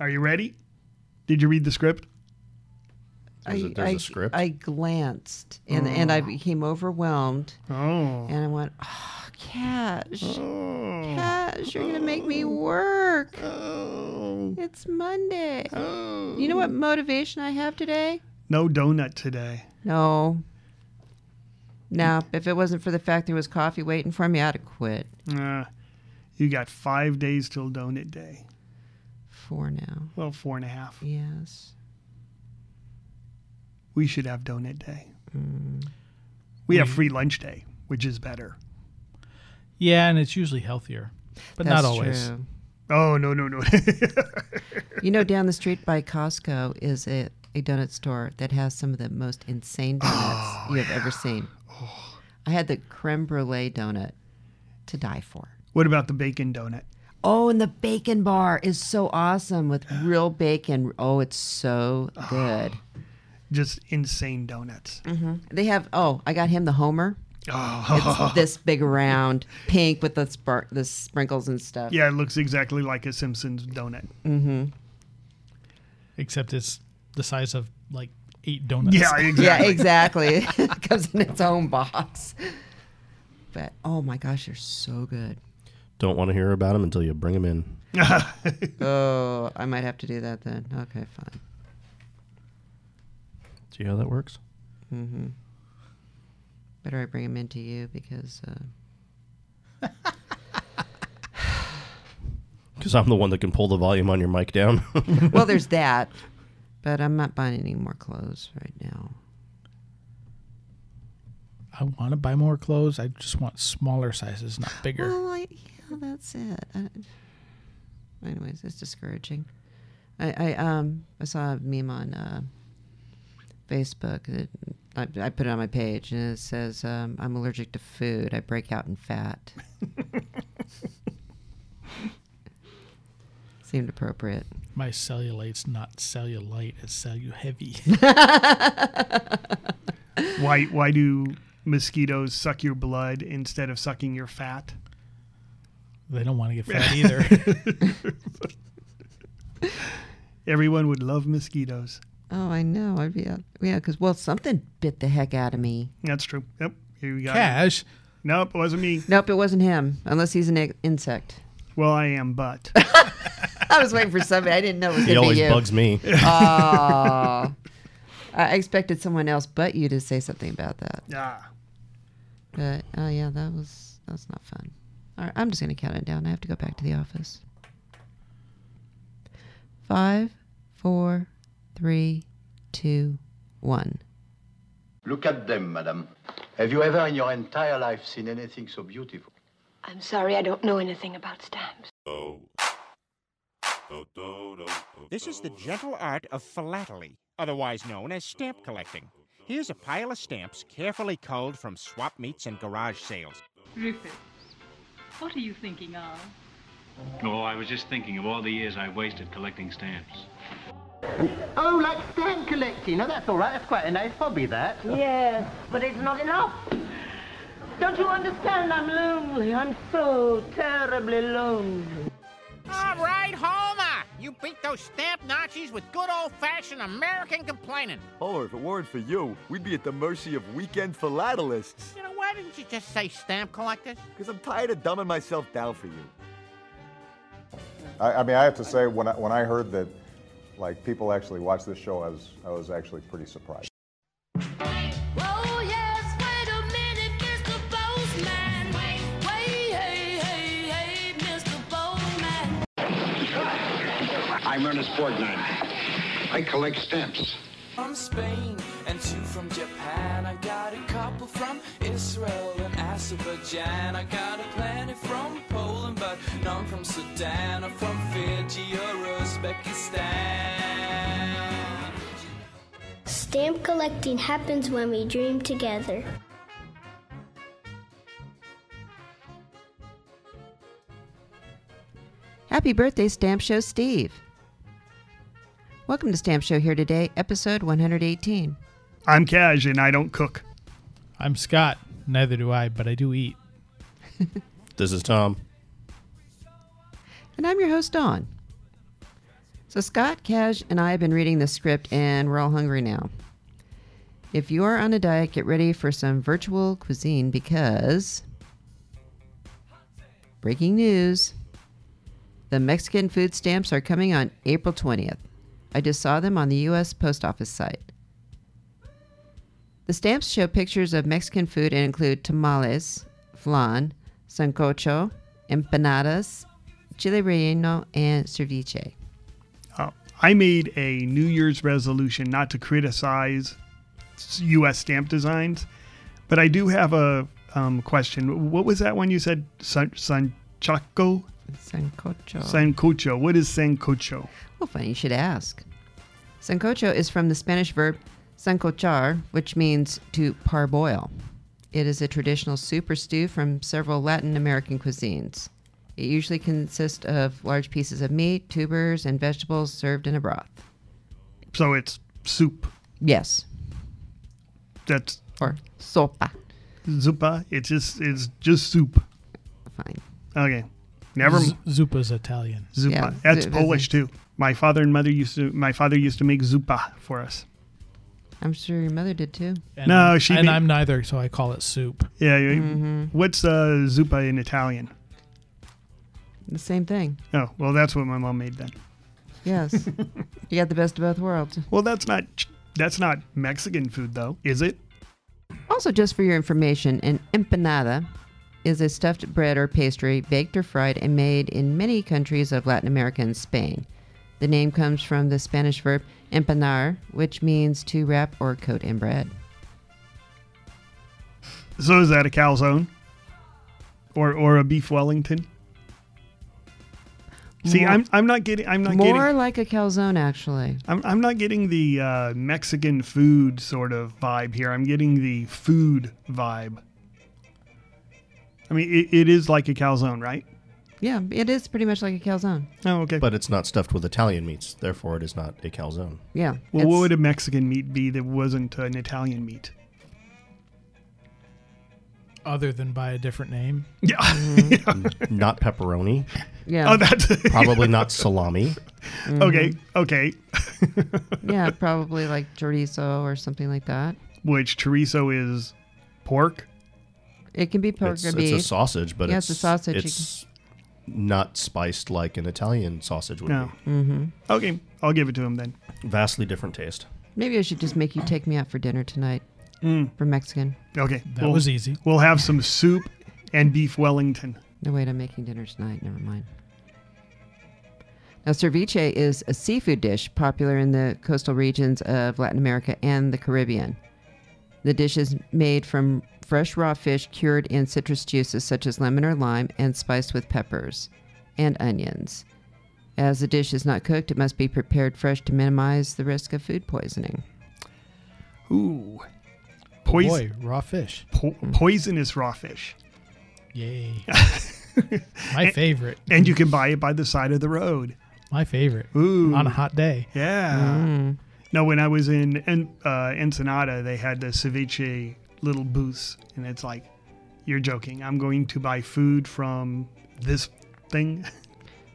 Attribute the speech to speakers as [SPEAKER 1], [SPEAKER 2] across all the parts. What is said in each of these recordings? [SPEAKER 1] Are you ready? Did you read the script?
[SPEAKER 2] There's, a
[SPEAKER 3] I-
[SPEAKER 2] there's
[SPEAKER 3] I-
[SPEAKER 2] a script. Mm.
[SPEAKER 3] I glanced and, and I became overwhelmed
[SPEAKER 1] Oh.
[SPEAKER 3] and I went, oh, Cash,
[SPEAKER 2] Mm.
[SPEAKER 1] Oh.
[SPEAKER 3] Cash, you're going to make me work.
[SPEAKER 1] Oh.
[SPEAKER 3] It's Monday.
[SPEAKER 1] Oh.
[SPEAKER 3] You know what
[SPEAKER 2] Um.
[SPEAKER 3] motivation I have today?
[SPEAKER 1] No donut today.
[SPEAKER 3] No. No, if it wasn't for the fact there was coffee waiting for me, I'd have quit.
[SPEAKER 1] Uh, you got five days till donut day.
[SPEAKER 3] Four now.
[SPEAKER 1] Well, four and a half.
[SPEAKER 3] Yes.
[SPEAKER 1] We should have donut day. We have free lunch day, which is better.
[SPEAKER 4] Yeah, and it's usually healthier, but not
[SPEAKER 3] That's
[SPEAKER 4] always.
[SPEAKER 3] true.
[SPEAKER 1] Oh no no no!
[SPEAKER 3] You know, down the street by Costco is a, a donut store that has some of the most insane donuts you have ever seen. I had the creme brulee donut to die for.
[SPEAKER 1] what about the bacon donut?
[SPEAKER 3] Oh, and the bacon bar is so awesome with real bacon. Oh, it's so good.
[SPEAKER 1] Just insane donuts.
[SPEAKER 3] They have, oh, I got him the Homer.
[SPEAKER 1] Oh
[SPEAKER 3] It's this big round, pink with the, spar- the sprinkles and stuff.
[SPEAKER 1] yeah, it looks exactly like a Simpsons donut.
[SPEAKER 4] Except it's the size of like eight donuts.
[SPEAKER 1] Yeah exactly.
[SPEAKER 3] Yeah, exactly. it comes in its own box. But oh my gosh, they're so good.
[SPEAKER 2] Don't want to hear about them until you bring them in.
[SPEAKER 3] Oh, I might have to do that then. Okay, fine.
[SPEAKER 2] See how that works?
[SPEAKER 3] Better I bring him into you because uh,
[SPEAKER 2] Because I'm the one that can pull the volume on your mic down.
[SPEAKER 3] well, there's that. But I'm not buying any more clothes right now.
[SPEAKER 4] I want to buy more clothes. I just want smaller sizes, not
[SPEAKER 1] Mm.
[SPEAKER 4] bigger.
[SPEAKER 3] Well, I, yeah, that's it. I, anyways, it's discouraging. I, I um I saw a meme on uh, Facebook. That I, I put it on my page, and it says, um, "I'm allergic to food. I break out in fat." Seemed appropriate.
[SPEAKER 4] My cellulite's not cellulite; it's cellu heavy.
[SPEAKER 1] Why why do mosquitoes suck your blood instead of sucking your fat?
[SPEAKER 4] they don't want to get fat either.
[SPEAKER 1] Everyone would love mosquitoes.
[SPEAKER 3] Oh, I know. I'd be out. Yeah, because well, something bit the heck out of me.
[SPEAKER 1] That's true. Yep. Here we go.
[SPEAKER 4] Cash,
[SPEAKER 1] Nope, it wasn't me.
[SPEAKER 3] Nope, it wasn't him. Unless he's an i- insect.
[SPEAKER 1] Well, I am, but
[SPEAKER 3] I was waiting for somebody. I didn't know it was
[SPEAKER 2] he
[SPEAKER 3] going to
[SPEAKER 2] always
[SPEAKER 3] be you.
[SPEAKER 2] bugs me.
[SPEAKER 3] Aw. I expected someone else but you to say something about that.
[SPEAKER 1] ah,
[SPEAKER 3] But oh yeah, that was that's not fun. All right, I'm just gonna count it down. I have to go back to the office. Five, four, three, two, one.
[SPEAKER 5] Look at them, madame. Have you ever in your entire life seen anything so beautiful?
[SPEAKER 6] I'm sorry, I don't know anything about stamps.
[SPEAKER 7] This is the gentle art of philately, otherwise known as stamp collecting. Here's a pile of stamps carefully culled from swap meets and garage sales.
[SPEAKER 8] Rufus, what are you thinking of?
[SPEAKER 9] Oh, I was just thinking of all the years I wasted collecting stamps.
[SPEAKER 5] Oh, like stamp collecting. Now that's all right. That's quite a nice hobby, that.
[SPEAKER 10] Yes, but it's not enough. Don't you understand? I'm lonely. I'm so terribly lonely.
[SPEAKER 7] All right, Homer! You beat those stamp Nazis with good old fashioned American complaining.
[SPEAKER 5] Oh, if it weren't for you, we'd be at the mercy of weekend philatelists.
[SPEAKER 7] You know, why didn't you just say stamp collectors?
[SPEAKER 5] Because I'm tired of dumbing myself down for you.
[SPEAKER 11] I, I mean, I have to say, when I, when I heard that, like, people actually watch this show, I was, I was actually pretty surprised.
[SPEAKER 10] Oh, yes, wait a minute, Mr. Postman. Wait, wait, hey, hey, hey, Mr. Postman.
[SPEAKER 5] I'm Ernest Borgnine. I collect stamps.
[SPEAKER 10] From Spain and two from Japan. I got a couple from Israel and Azerbaijan. I got a plenty from Poland, but none from Sudan or from Fiji or Uzbekistan. Stamp collecting happens when we dream together.
[SPEAKER 3] Happy birthday, Stamp Show Steve. Welcome to Stamp Show Here Today, episode 118.
[SPEAKER 1] I'm Cash and I don't cook.
[SPEAKER 4] I'm Scott. Neither do I, but I do eat.
[SPEAKER 2] this is Tom.
[SPEAKER 3] And I'm your host, Dawn. So Scott, Cash, and I have been reading the script, and we're all hungry now. If you are on a diet, get ready for some virtual cuisine because breaking news: the Mexican food stamps are coming on April twentieth. I just saw them on the U.S. Post Office site. The stamps show pictures of Mexican food and include tamales, flan, sancocho, empanadas, chile relleno, and ceviche.
[SPEAKER 1] Uh, I made a New Year's resolution not to criticize s- U.S. stamp designs, but I do have a um, question. What was that one you said? San- Sanchaco?
[SPEAKER 3] Sancocho.
[SPEAKER 1] Sancocho. What is Sancocho?
[SPEAKER 3] Well, funny you should ask. Sancocho is from the Spanish verb sancochar, which means to parboil. It is a traditional soup or stew from several Latin American cuisines. It usually consists of large pieces of meat, tubers, and vegetables served in a broth.
[SPEAKER 1] So it's soup.
[SPEAKER 3] Yes,
[SPEAKER 1] That's
[SPEAKER 3] or sopa.
[SPEAKER 1] zupa. It's just it's just soup.
[SPEAKER 3] Fine.
[SPEAKER 1] Okay. Never.
[SPEAKER 4] Z- Zupa's Italian.
[SPEAKER 1] Zupa.
[SPEAKER 3] Yeah,
[SPEAKER 1] That's
[SPEAKER 3] zu-
[SPEAKER 1] Polish too. My father and mother used to. My father used to make zupa for us.
[SPEAKER 3] I'm sure your mother did too.
[SPEAKER 4] And
[SPEAKER 1] No,
[SPEAKER 4] I'm-
[SPEAKER 1] she
[SPEAKER 4] and
[SPEAKER 1] made-
[SPEAKER 4] I'm neither, so I call it soup.
[SPEAKER 1] Yeah. you-
[SPEAKER 3] Mm-hmm.
[SPEAKER 1] What's uh, zupa in Italian?
[SPEAKER 3] The same thing.
[SPEAKER 1] Oh, well, that's what my mom made then.
[SPEAKER 3] Yes. you got the best of both worlds.
[SPEAKER 1] Well, that's not that's not Mexican food though, is it?
[SPEAKER 3] Also, just for your information, an empanada is a stuffed bread or pastry baked or fried and made in many countries of Latin America and Spain. The name comes from the Spanish verb empanar, which means to wrap or coat in bread.
[SPEAKER 1] So is that a calzone? Or or a beef Wellington? See,
[SPEAKER 3] More-
[SPEAKER 1] I'm I'm not getting I'm not
[SPEAKER 3] More
[SPEAKER 1] getting
[SPEAKER 3] like a calzone, actually.
[SPEAKER 1] I'm, I'm not getting the uh, Mexican food sort of vibe here. I'm getting the food vibe. I mean, it, it is like a calzone, right?
[SPEAKER 3] Yeah, it is pretty much like a calzone.
[SPEAKER 1] Oh, okay.
[SPEAKER 2] But it's not stuffed with Italian meats, therefore it is not a calzone.
[SPEAKER 3] Yeah.
[SPEAKER 1] well,
[SPEAKER 3] it's-
[SPEAKER 1] what would a Mexican meat be that wasn't an Italian meat?
[SPEAKER 4] Other than by a different name.
[SPEAKER 1] Yeah.
[SPEAKER 2] not pepperoni,
[SPEAKER 3] yeah,
[SPEAKER 1] oh, that's
[SPEAKER 2] probably not salami.
[SPEAKER 4] Mm-hmm.
[SPEAKER 1] okay. Okay.
[SPEAKER 3] yeah, probably like chorizo or something like that.
[SPEAKER 1] Which chorizo is pork.
[SPEAKER 3] It can be pork
[SPEAKER 2] It's,
[SPEAKER 3] or
[SPEAKER 2] it's
[SPEAKER 3] beef.
[SPEAKER 2] a sausage, but
[SPEAKER 3] Yeah,
[SPEAKER 2] it's,
[SPEAKER 3] it's a sausage.
[SPEAKER 2] It's not spiced like an Italian sausage would
[SPEAKER 1] No. Mm-hmm. Okay, I'll give it to him then.
[SPEAKER 2] be. Vastly different taste.
[SPEAKER 3] Maybe I should just make you take me out for dinner tonight for Mexican.
[SPEAKER 1] Mm. Okay,
[SPEAKER 4] That was easy.
[SPEAKER 1] We'll have some soup and beef Wellington.
[SPEAKER 3] No, wait, I'm making dinner tonight. Never mind. Now, ceviche is a seafood dish popular in the coastal regions of Latin America and the Caribbean. The dish is made from fresh raw fish cured in citrus juices such as lemon or lime and spiced with peppers and onions. As the dish is not cooked, it must be prepared fresh to minimize the risk of food poisoning.
[SPEAKER 1] Ooh,
[SPEAKER 4] Oh,
[SPEAKER 1] Pois-
[SPEAKER 4] Boy, raw fish.
[SPEAKER 1] po- poisonous raw fish,
[SPEAKER 4] Yay. My favorite.
[SPEAKER 1] and you can buy it by the side of the road.
[SPEAKER 4] My favorite.
[SPEAKER 1] Ooh.
[SPEAKER 4] On a hot day.
[SPEAKER 1] Yeah.
[SPEAKER 3] Mm.
[SPEAKER 1] No, when I was in En- uh, Ensenada, they had the ceviche little booths, and it's like, you're joking. I'm going to buy food from this thing.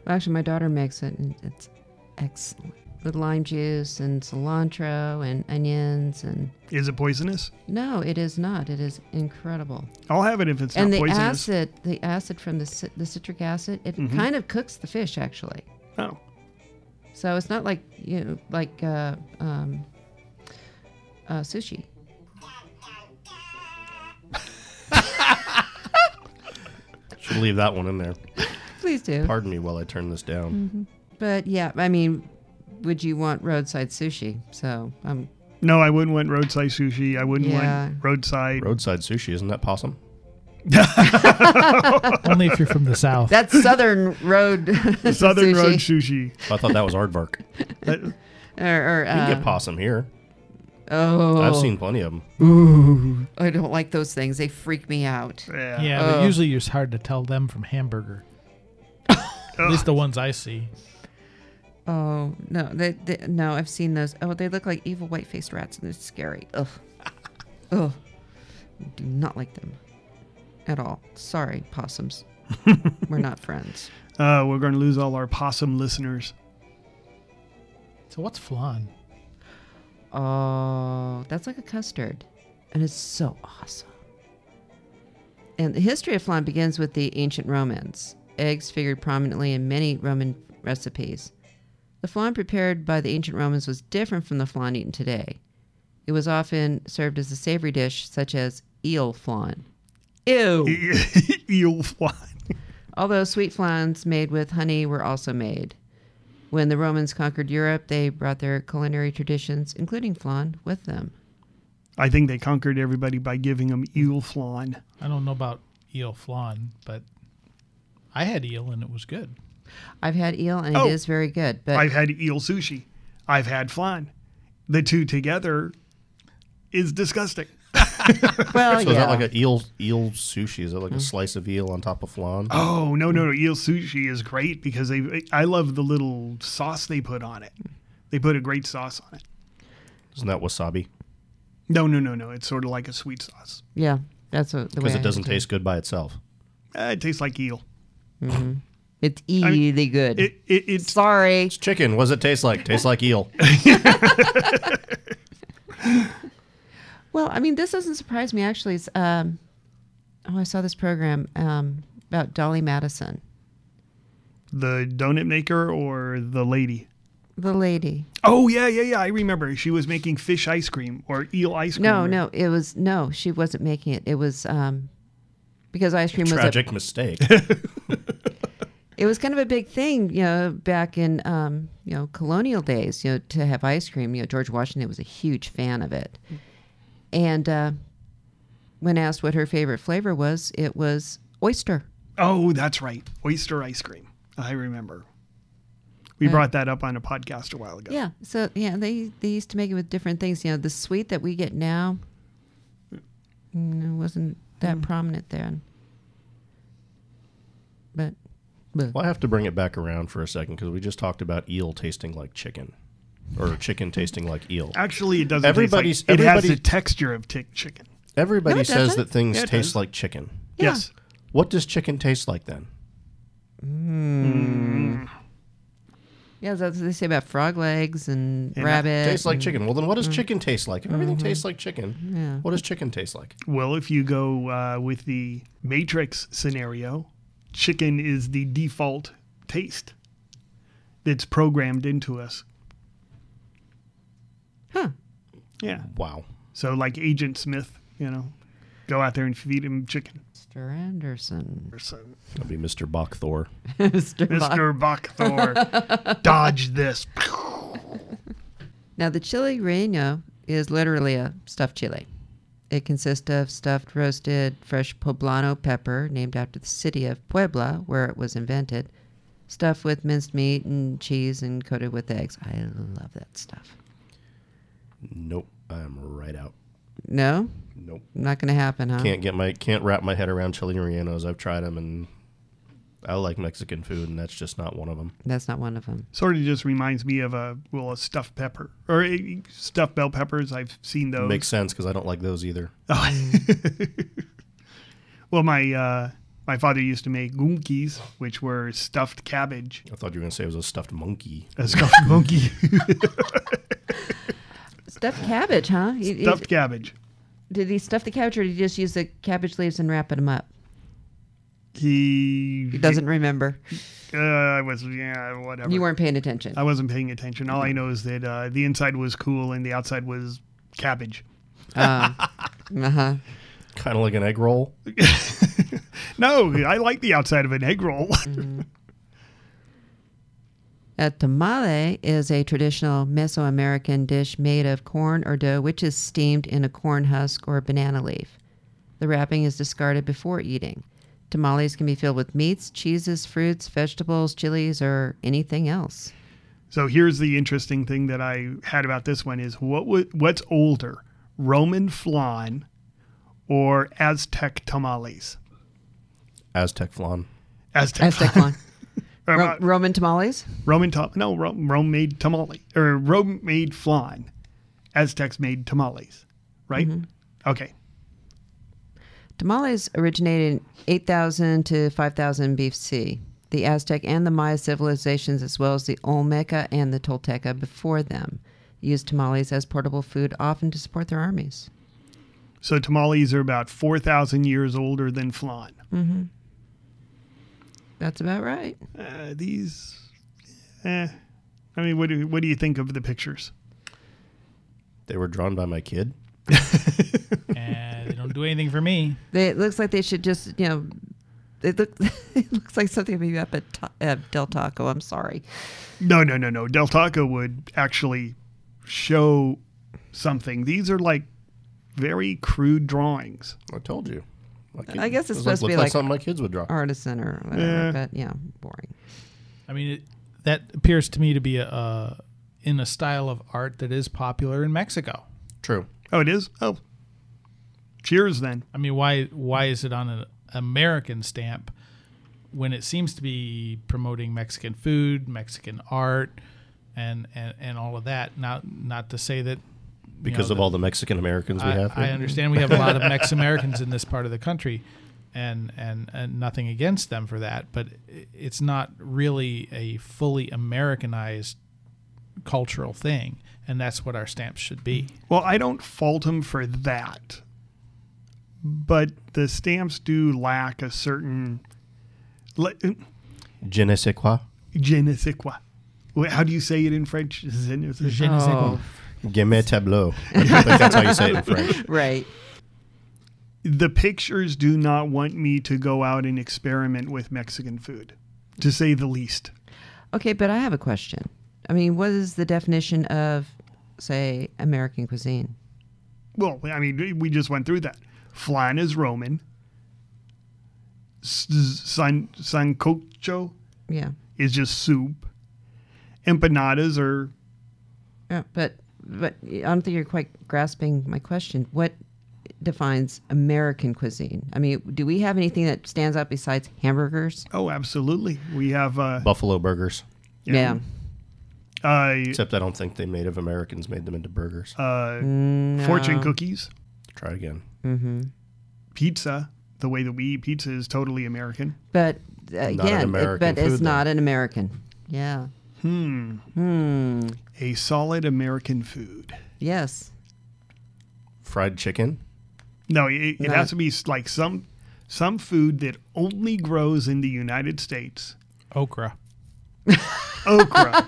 [SPEAKER 3] Well, actually, my daughter makes it, and it's excellent with lime juice and cilantro and onions and
[SPEAKER 1] Is it poisonous?
[SPEAKER 3] No, it is not. It is incredible.
[SPEAKER 1] I'll have it if it's
[SPEAKER 3] and
[SPEAKER 1] not
[SPEAKER 3] the
[SPEAKER 1] poisonous. Mm-hmm.
[SPEAKER 3] acid, the acid from the, cit- the citric acid, it kind of cooks the fish actually.
[SPEAKER 1] Oh,
[SPEAKER 3] So it's not like you know, like uh, um, uh, sushi.
[SPEAKER 2] Should leave that one in there.
[SPEAKER 3] Please do.
[SPEAKER 2] Pardon me while I turn this
[SPEAKER 3] Mm-hmm.
[SPEAKER 2] down.
[SPEAKER 3] But yeah, I mean, would you want roadside sushi? So um,
[SPEAKER 1] no, I wouldn't want roadside sushi. I wouldn't
[SPEAKER 3] Yeah.
[SPEAKER 1] want roadside
[SPEAKER 2] Roadside sushi, isn't that possum?
[SPEAKER 4] Only if you're from the south.
[SPEAKER 3] that's southern road.
[SPEAKER 1] Southern
[SPEAKER 3] sushi.
[SPEAKER 1] Road Sushi.
[SPEAKER 2] I thought that was aardvark. You
[SPEAKER 1] That-
[SPEAKER 3] Or, or,
[SPEAKER 2] can
[SPEAKER 3] uh,
[SPEAKER 2] get possum here.
[SPEAKER 3] oh,
[SPEAKER 2] I've seen plenty of them.
[SPEAKER 3] I don't like those things. They freak me out.
[SPEAKER 1] yeah.
[SPEAKER 4] yeah,
[SPEAKER 3] Oh.
[SPEAKER 4] but usually it's hard to tell them from hamburger. At least the ones I see.
[SPEAKER 3] Oh no, they, they, no, I've seen those. Oh, they look like evil white-faced rats, and they're scary. Ugh, ugh, do not like them at all. Sorry, possums, we're not friends.
[SPEAKER 1] Uh, we're going to lose all our possum listeners.
[SPEAKER 4] So what's flan?
[SPEAKER 3] Oh, that's like a custard, and it's so awesome. And the history of flan begins with the ancient Romans. Eggs figured prominently in many Roman recipes. The flan prepared by the ancient Romans was different from the flan eaten today. It was often served as a savory dish, such as eel flan. Ew!
[SPEAKER 1] eel flan.
[SPEAKER 3] Although sweet flans made with honey were also made. When the Romans conquered Europe, they brought their culinary traditions, including flan, with them.
[SPEAKER 1] I think they conquered everybody by giving them eel flan.
[SPEAKER 4] I don't know about eel flan, but I had eel and it was good.
[SPEAKER 3] I've had eel, and
[SPEAKER 1] Oh.
[SPEAKER 3] it is very good. But
[SPEAKER 1] I've had eel sushi. I've had flan. The two together is disgusting.
[SPEAKER 3] well,
[SPEAKER 2] so
[SPEAKER 3] Oh, yeah.
[SPEAKER 2] is that like an eel eel sushi? Is that like a slice of eel on top of flan?
[SPEAKER 1] Oh no no no! Eel sushi is great because they. I love the little sauce they put on it. They put a great sauce on it.
[SPEAKER 2] Isn't that wasabi?
[SPEAKER 1] No no no no! It's sort of like a sweet sauce.
[SPEAKER 3] yeah, that's what, the way
[SPEAKER 2] Because
[SPEAKER 3] I
[SPEAKER 2] it doesn't
[SPEAKER 3] do
[SPEAKER 2] taste good by itself.
[SPEAKER 1] Eh, it tastes like eel.
[SPEAKER 3] Mhm. It's
[SPEAKER 1] I mean,
[SPEAKER 3] really good.
[SPEAKER 1] It, it, it's
[SPEAKER 3] Sorry.
[SPEAKER 2] It's chicken. What does it taste like? Tastes like eel.
[SPEAKER 3] Well, I mean, this doesn't surprise me actually. It's, um, oh, I saw this program um, about Dolly Madison,
[SPEAKER 1] the donut maker or the lady.
[SPEAKER 3] the lady.
[SPEAKER 1] Oh yeah yeah yeah! I remember she was making fish ice cream or eel ice cream.
[SPEAKER 3] No,
[SPEAKER 1] or-
[SPEAKER 3] no, it was no. She wasn't making it. It was um, because ice cream was a
[SPEAKER 2] Tragic mistake.
[SPEAKER 3] it was kind of a big thing, you know, back in um, you know colonial days, you know, to have ice cream. You know, George Washington was a huge fan of it, and uh, when asked what her favorite flavor was, it was oyster.
[SPEAKER 1] Oh, that's right, oyster ice cream. I remember. We
[SPEAKER 3] Uh,
[SPEAKER 1] brought that up on a podcast a while ago.
[SPEAKER 3] Yeah. So yeah, they they used to make it with different things. You know, the sweet that we get now mm, it wasn't that prominent then. But but
[SPEAKER 2] well, I have to bring it back around for a second because we just talked about eel tasting like chicken, or chicken tasting like eel.
[SPEAKER 1] Actually, it doesn't.
[SPEAKER 2] Everybody's-
[SPEAKER 1] taste like, it has
[SPEAKER 2] everybody-
[SPEAKER 1] the texture of tick chicken.
[SPEAKER 2] Everybody
[SPEAKER 3] No, it
[SPEAKER 2] says
[SPEAKER 3] doesn't.
[SPEAKER 2] that things
[SPEAKER 1] Yeah, it
[SPEAKER 2] taste
[SPEAKER 1] does.
[SPEAKER 2] like chicken.
[SPEAKER 3] Yeah.
[SPEAKER 1] Yes.
[SPEAKER 2] What does chicken taste like then?
[SPEAKER 3] yeah, that's what they say about frog legs and,
[SPEAKER 1] And
[SPEAKER 3] rabbit.
[SPEAKER 2] tastes like
[SPEAKER 3] and-
[SPEAKER 2] chicken. Well, then what does chicken taste like? If everything tastes like chicken, what does chicken taste like?
[SPEAKER 1] Well, if you go uh, with the Matrix scenario, chicken is the default taste that's programmed into us.
[SPEAKER 3] Huh.
[SPEAKER 1] Yeah.
[SPEAKER 2] Wow.
[SPEAKER 1] So, like Agent Smith, you know, go out there and feed him chicken.
[SPEAKER 3] Mr. Anderson.
[SPEAKER 1] Or so.
[SPEAKER 2] That'd be Mr. Bach Thor.
[SPEAKER 3] Mr. Bach.
[SPEAKER 1] Mr. Buckthor, dodge this.
[SPEAKER 3] Now the chili relleno is literally a stuffed chili. It consists of stuffed roasted fresh poblano pepper, named after the city of Puebla where it was invented, stuffed with minced meat and cheese and coated with eggs. I love that stuff.
[SPEAKER 2] Nope. I'm right out.
[SPEAKER 3] No,
[SPEAKER 2] Nope.
[SPEAKER 3] not going to happen, huh?
[SPEAKER 2] Can't get my can't wrap my head around chili rellenos. I've tried them and I like Mexican food and that's just not one of them.
[SPEAKER 3] That's not one of them.
[SPEAKER 1] Sort of just reminds me of a well, a stuffed pepper or uh, stuffed bell peppers. I've seen those.
[SPEAKER 2] Makes sense because I don't like those either.
[SPEAKER 1] Well, my uh, my father used to make gunkies, which were stuffed cabbage.
[SPEAKER 2] I thought you were gonna say it was a stuffed monkey.
[SPEAKER 1] A stuffed monkey,
[SPEAKER 3] Stuffed cabbage, huh? He- he-
[SPEAKER 1] stuffed cabbage.
[SPEAKER 3] did he stuff the cabbage or did he just use the cabbage leaves and wrap them up?
[SPEAKER 1] He
[SPEAKER 3] He doesn't remember.
[SPEAKER 1] Uh, I was yeah, whatever.
[SPEAKER 3] You weren't paying attention.
[SPEAKER 1] I wasn't paying attention. All I know is that uh, the inside was cool and the outside was cabbage.
[SPEAKER 3] Uh huh.
[SPEAKER 2] Kind of like an egg roll.
[SPEAKER 1] No, I like the outside of an egg roll.
[SPEAKER 3] Mm. A tamale is a traditional Mesoamerican dish made of corn or dough, which is steamed in a corn husk or banana leaf. The wrapping is discarded before eating. Tamales can be filled with meats, cheeses, fruits, vegetables, chilies, or anything else.
[SPEAKER 1] So here's the interesting thing that I had about this one is what wa- what's older, Roman flan or Aztec tamales?
[SPEAKER 2] Aztec flan.
[SPEAKER 1] Aztec,
[SPEAKER 3] Aztec Uh, one.
[SPEAKER 1] or,
[SPEAKER 3] Ro-
[SPEAKER 1] uh,
[SPEAKER 3] Roman tamales?
[SPEAKER 1] Roman tam- no Rome, Rome made tamale or Rome made flan. Aztecs made tamales, right? Okay.
[SPEAKER 3] Tamales originated in 8000 to 5000 BC. the Aztec and the Maya civilizations, as well as the Olmeca and the Tolteca before them, used tamales as portable food, often to support their armies.
[SPEAKER 1] So tamales are about 4,000 years older than flan.
[SPEAKER 3] Mm-hmm. That's about right.
[SPEAKER 1] Uh, these, eh. I mean, what do, what do you think of the pictures?
[SPEAKER 2] They were drawn by my kid.
[SPEAKER 4] Eh, they don't do anything for me.
[SPEAKER 3] They, it looks like they should just, you know, it, look, it looks like something maybe up at Ta- uh, Del Taco. I'm sorry.
[SPEAKER 1] No, no, no, no. Del Taco would actually show something. These are like very crude drawings.
[SPEAKER 2] I told you. My kid-
[SPEAKER 3] I guess it's
[SPEAKER 2] it was
[SPEAKER 3] supposed to be
[SPEAKER 2] looked
[SPEAKER 3] like,
[SPEAKER 2] something my kids would draw.
[SPEAKER 3] artisan or whatever,
[SPEAKER 4] Yeah.
[SPEAKER 3] but yeah, boring.
[SPEAKER 4] I mean, it, that appears to me to be a, uh, in a style of art that is popular in Mexico.
[SPEAKER 2] True.
[SPEAKER 1] Oh, it is. Oh, cheers then.
[SPEAKER 4] I mean, why why is it on an American stamp when it seems to be promoting Mexican food, Mexican art, and and, and all of that? Not not to say that you
[SPEAKER 2] Because
[SPEAKER 4] know,
[SPEAKER 2] of all the Mexican Americans we
[SPEAKER 4] I,
[SPEAKER 2] have.
[SPEAKER 4] I
[SPEAKER 2] here.
[SPEAKER 4] understand we have a lot of Mex Americans in this part of the country, and, and and nothing against them for that, but i- it's not really a fully Americanized cultural thing, and that's what our stamps should be.
[SPEAKER 1] Well, I don't fault him for that. But the stamps do lack a certain le-
[SPEAKER 2] Je ne sais quoi.
[SPEAKER 1] je ne sais quoi. Wait, How do you say it in French? Je ne sais
[SPEAKER 4] Je ne sais quoi.
[SPEAKER 2] Gamet tableau. I think that's how you say it in French.
[SPEAKER 3] Right.
[SPEAKER 1] The pictures do not want me to go out and experiment with Mexican food, to say the least.
[SPEAKER 3] Okay, but I have a question. I mean, what is the definition of, say, American cuisine?
[SPEAKER 1] Well, I mean, we just went through that. Flan is Roman. S- San sancocho
[SPEAKER 3] Yeah.
[SPEAKER 1] is just soup. Empanadas are
[SPEAKER 3] Yeah, but but I don't think you're quite grasping my question. What defines American cuisine? I mean, do we have anything that stands out besides hamburgers?
[SPEAKER 1] oh, absolutely. We have uh,
[SPEAKER 2] Buffalo burgers.
[SPEAKER 3] Yeah.
[SPEAKER 1] uh,
[SPEAKER 2] Except I don't think they Native Americans made them into burgers.
[SPEAKER 1] uh,
[SPEAKER 3] Mm,
[SPEAKER 1] fortune cookies,
[SPEAKER 2] Try again.
[SPEAKER 3] Mm-hmm.
[SPEAKER 1] pizza. The way that we eat pizza is totally American.
[SPEAKER 3] But uh,
[SPEAKER 2] an
[SPEAKER 3] again, it,
[SPEAKER 2] American
[SPEAKER 3] but it's
[SPEAKER 2] food, though.
[SPEAKER 3] not an American. Yeah.
[SPEAKER 1] Hmm.
[SPEAKER 3] Hmm.
[SPEAKER 1] A solid American food.
[SPEAKER 3] Yes.
[SPEAKER 2] Fried chicken.
[SPEAKER 1] No, it, it
[SPEAKER 3] Not-
[SPEAKER 1] has to be s- like some some food that only grows in the United States.
[SPEAKER 4] Oh. Okra.
[SPEAKER 1] Okra.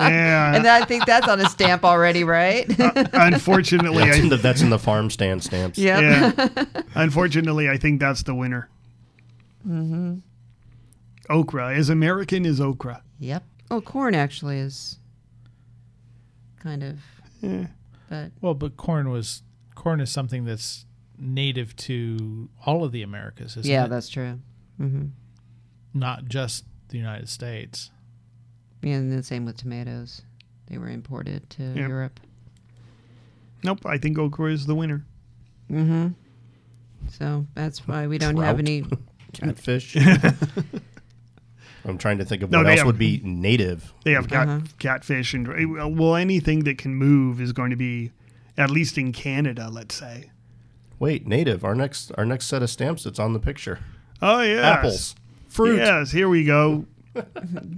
[SPEAKER 1] yeah.
[SPEAKER 3] And I think that's on a stamp already, right?
[SPEAKER 1] Uh, Unfortunately,
[SPEAKER 2] That's in
[SPEAKER 1] I,
[SPEAKER 2] the, that's in the farm stand stamps.
[SPEAKER 3] yep.
[SPEAKER 1] yeah. Unfortunately, I think that's the winner. Mm-hmm. Okra, as American as okra.
[SPEAKER 3] Yep. Oh, corn actually is kind of, but
[SPEAKER 4] Well, but corn was corn is something that's native to all of the Americas, isn't
[SPEAKER 3] yeah,
[SPEAKER 4] it?
[SPEAKER 3] that's true. Mm-hmm.
[SPEAKER 4] Not just the United States.
[SPEAKER 3] And the same with tomatoes; they were imported to
[SPEAKER 1] Yeah.
[SPEAKER 3] Europe.
[SPEAKER 1] Nope, I think okra is the winner.
[SPEAKER 3] Mm-hmm. So that's why we don't have
[SPEAKER 2] Trout.
[SPEAKER 3] any.
[SPEAKER 2] Catfish. I'm trying to think of
[SPEAKER 1] No,
[SPEAKER 2] what
[SPEAKER 1] they
[SPEAKER 2] else
[SPEAKER 1] have-
[SPEAKER 2] would be native.
[SPEAKER 1] They have cat,
[SPEAKER 3] Uh-huh.
[SPEAKER 1] catfish and eh, well, anything that can move is going to be, at least in Canada, let's say.
[SPEAKER 2] Wait, native. Our next our next set of stamps that's on the picture.
[SPEAKER 1] Oh yeah,
[SPEAKER 2] Apples. Fruit.
[SPEAKER 1] Yes, here we go.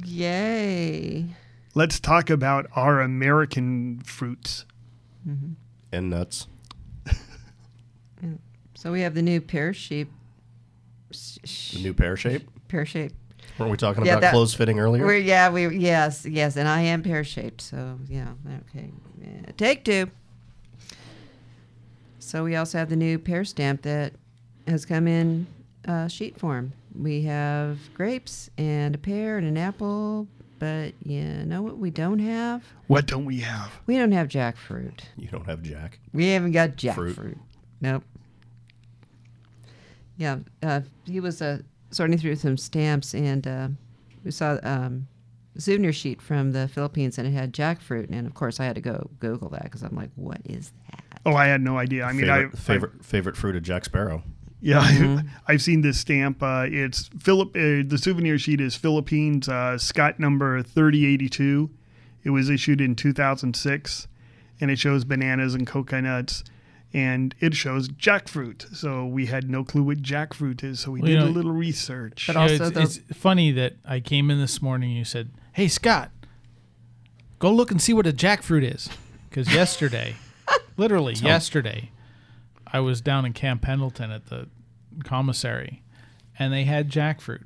[SPEAKER 3] Yay!
[SPEAKER 1] Let's talk about our American fruits.
[SPEAKER 2] And nuts.
[SPEAKER 3] So we have the new pear shape. sh- sh-
[SPEAKER 2] The new pear shape.
[SPEAKER 3] Pear shape.
[SPEAKER 2] Weren't we talking
[SPEAKER 3] Yeah,
[SPEAKER 2] about
[SPEAKER 3] that-
[SPEAKER 2] clothes fitting earlier?
[SPEAKER 3] We're, yeah, we yes, yes, and I am pear shaped, so yeah, okay. Yeah, Take two. So we also have the new pear stamp that has come in uh, sheet form. We have grapes and a pear and an apple, but you know what we don't have?
[SPEAKER 1] What don't we have?
[SPEAKER 3] We don't have jackfruit.
[SPEAKER 2] You don't have Jack.
[SPEAKER 3] We haven't got jackfruit.
[SPEAKER 2] Fruit.
[SPEAKER 3] Nope. Yeah, uh, he was uh, sorting through some stamps, and uh, we saw um, a souvenir sheet from the Philippines, and it had jackfruit. And of course, I had to go Google that because I'm like, what is that?
[SPEAKER 1] Oh, I had no idea. I mean,
[SPEAKER 2] favorite,
[SPEAKER 1] I
[SPEAKER 2] favorite favorite fruit of Jack Sparrow.
[SPEAKER 1] Yeah,
[SPEAKER 4] Mm-hmm.
[SPEAKER 1] I, I've seen this stamp. Uh, it's Philip. Uh, the souvenir sheet is Philippines uh, Scott number thirty eighty two. It was issued in two thousand six, and it shows bananas and coconuts, and it shows jackfruit. So we had no clue what jackfruit is. So we
[SPEAKER 4] Well, you
[SPEAKER 1] did
[SPEAKER 4] know,
[SPEAKER 1] a little research.
[SPEAKER 4] You know, it's, it's funny that I came in this morning and you said, "Hey Scott, go look and see what a jackfruit is," because yesterday, literally
[SPEAKER 9] Tell-
[SPEAKER 4] yesterday, I was down in Camp Pendleton at the commissary, and they had jackfruit.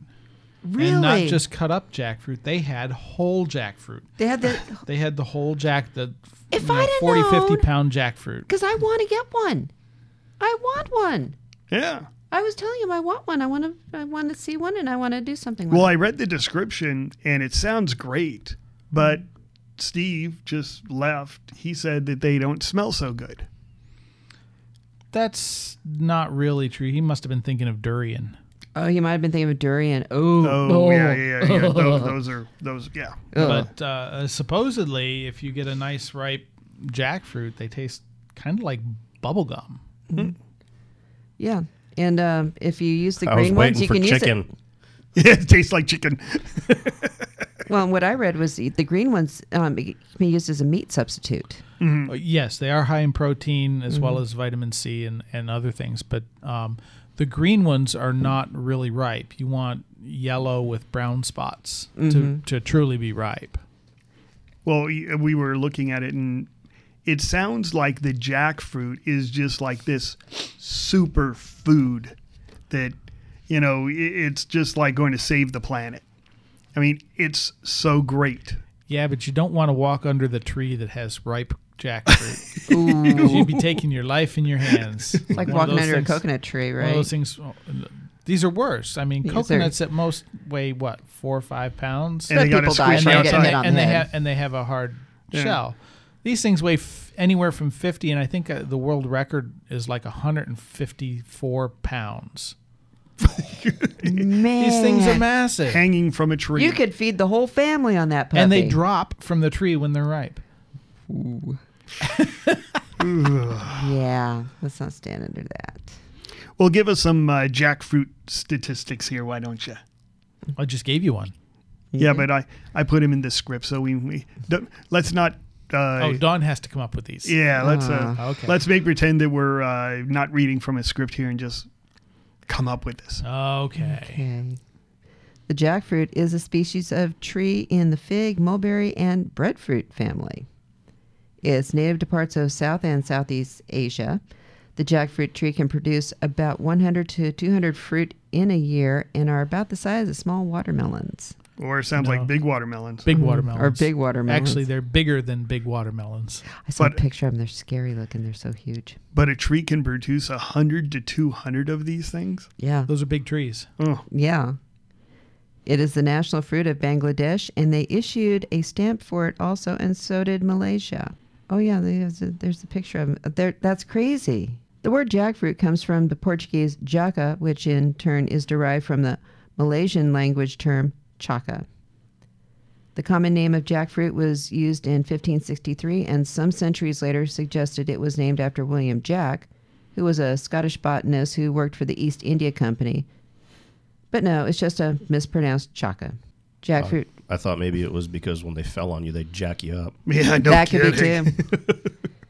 [SPEAKER 4] And not
[SPEAKER 3] Really?
[SPEAKER 4] just cut up jackfruit; they had whole jackfruit.
[SPEAKER 3] They had the
[SPEAKER 4] They had the whole jack, the
[SPEAKER 3] If
[SPEAKER 4] you know,
[SPEAKER 3] I'd have
[SPEAKER 4] 40, 50
[SPEAKER 3] known-
[SPEAKER 4] pound jackfruit.
[SPEAKER 3] because I want to get one. I want one.
[SPEAKER 1] Yeah.
[SPEAKER 3] I was telling him I want one. I want to. I want to see one, and I want to do something. With
[SPEAKER 1] Well,
[SPEAKER 3] it.
[SPEAKER 1] I read the description and it sounds great, but Steve just left. He said that they don't smell so good.
[SPEAKER 4] That's not really true. He must have been thinking of durian.
[SPEAKER 3] Oh, you might have been thinking of durian. Oh,
[SPEAKER 1] Oh, yeah, yeah, yeah. yeah. those, those are those. Yeah.
[SPEAKER 4] But uh, supposedly, if you get a nice ripe jackfruit, they taste kind of like bubblegum.
[SPEAKER 3] yeah. And um, if you use the
[SPEAKER 4] I was
[SPEAKER 3] green ones,
[SPEAKER 4] waiting
[SPEAKER 3] you
[SPEAKER 4] for
[SPEAKER 3] can use
[SPEAKER 4] chicken.
[SPEAKER 3] it.
[SPEAKER 1] Yeah, it tastes like chicken.
[SPEAKER 3] Well, what I read was the the green ones um, it can be used as a meat substitute.
[SPEAKER 4] Uh, Yes, they are high in protein as well
[SPEAKER 3] Mhm.
[SPEAKER 4] as vitamin C and, and other things. But um, the green ones are not really ripe. You want yellow with brown spots
[SPEAKER 1] Mhm.
[SPEAKER 4] to, to truly be ripe.
[SPEAKER 1] Well, y- we were looking at it, and it sounds like the jackfruit is just like this super food that, you know, i- it's just like going to save the planet. I mean, it's so great.
[SPEAKER 4] Yeah, but you don't want to walk under the tree that has ripe jackfruit. 'Cause You'd be taking your life in your hands. It's
[SPEAKER 3] like walking under a coconut tree,
[SPEAKER 4] One
[SPEAKER 3] right?
[SPEAKER 4] of those things. oh, These are worse. I mean,
[SPEAKER 3] These are-
[SPEAKER 4] coconuts at most weigh what four or five pounds,
[SPEAKER 1] And they But gotta people die squish from it getting outside. hit on
[SPEAKER 4] and
[SPEAKER 1] the
[SPEAKER 4] they
[SPEAKER 1] head.
[SPEAKER 4] have and they have a hard
[SPEAKER 1] Yeah.
[SPEAKER 4] shell. These things weigh f- anywhere from fifty, and I think uh, the world record is like hundred and fifty-four pounds.
[SPEAKER 3] Man,
[SPEAKER 4] These things are massive.
[SPEAKER 1] Hanging from a tree.
[SPEAKER 3] You could feed the whole family on that puppy.
[SPEAKER 4] and they drop from the tree when they're ripe.
[SPEAKER 3] yeah, let's not stand under that.
[SPEAKER 1] Well, give us some uh, jackfruit statistics here, why don't you?
[SPEAKER 4] I just gave you one.
[SPEAKER 1] Yeah, but I, I put him in the script, so we, we don't, let's not. Uh,
[SPEAKER 4] oh, Ah. Don has to come up with these.
[SPEAKER 1] Yeah, let's uh,
[SPEAKER 4] okay.
[SPEAKER 1] let's make pretend that we're uh, not reading from a script here and just come up with this.
[SPEAKER 4] Okay.
[SPEAKER 3] Okay. The jackfruit is a species of tree in the fig, mulberry, and breadfruit family. It's native to parts of South and Southeast Asia. The jackfruit tree can produce about 100 to 200 fruit in a year and are about the size of small watermelons.
[SPEAKER 1] Or it sounds like big watermelons.
[SPEAKER 4] Big watermelons.
[SPEAKER 3] Or big watermelons.
[SPEAKER 4] Actually, they're bigger than big watermelons.
[SPEAKER 3] I saw a picture of them. They're scary looking. They're so huge.
[SPEAKER 1] But a tree can produce a hundred to two hundred of these things.
[SPEAKER 3] Yeah.
[SPEAKER 4] Those are big trees.
[SPEAKER 1] Oh,
[SPEAKER 3] Yeah. It is the national fruit of Bangladesh, and they issued a stamp for it also, and so did Malaysia. Oh, yeah, there's a, there's a picture of it. There, that's crazy. The word jackfruit comes from the Portuguese jaca, which in turn is derived from the Malaysian language term chaka. The common name of jackfruit was used in 1563, and some centuries later suggested it was named after William Jack, who was a Scottish botanist who worked for the East India Company. But no, it's just a mispronounced chaka. Jackfruit.
[SPEAKER 2] I thought maybe it was because when they fell on you, they jack you up.
[SPEAKER 3] that could be too.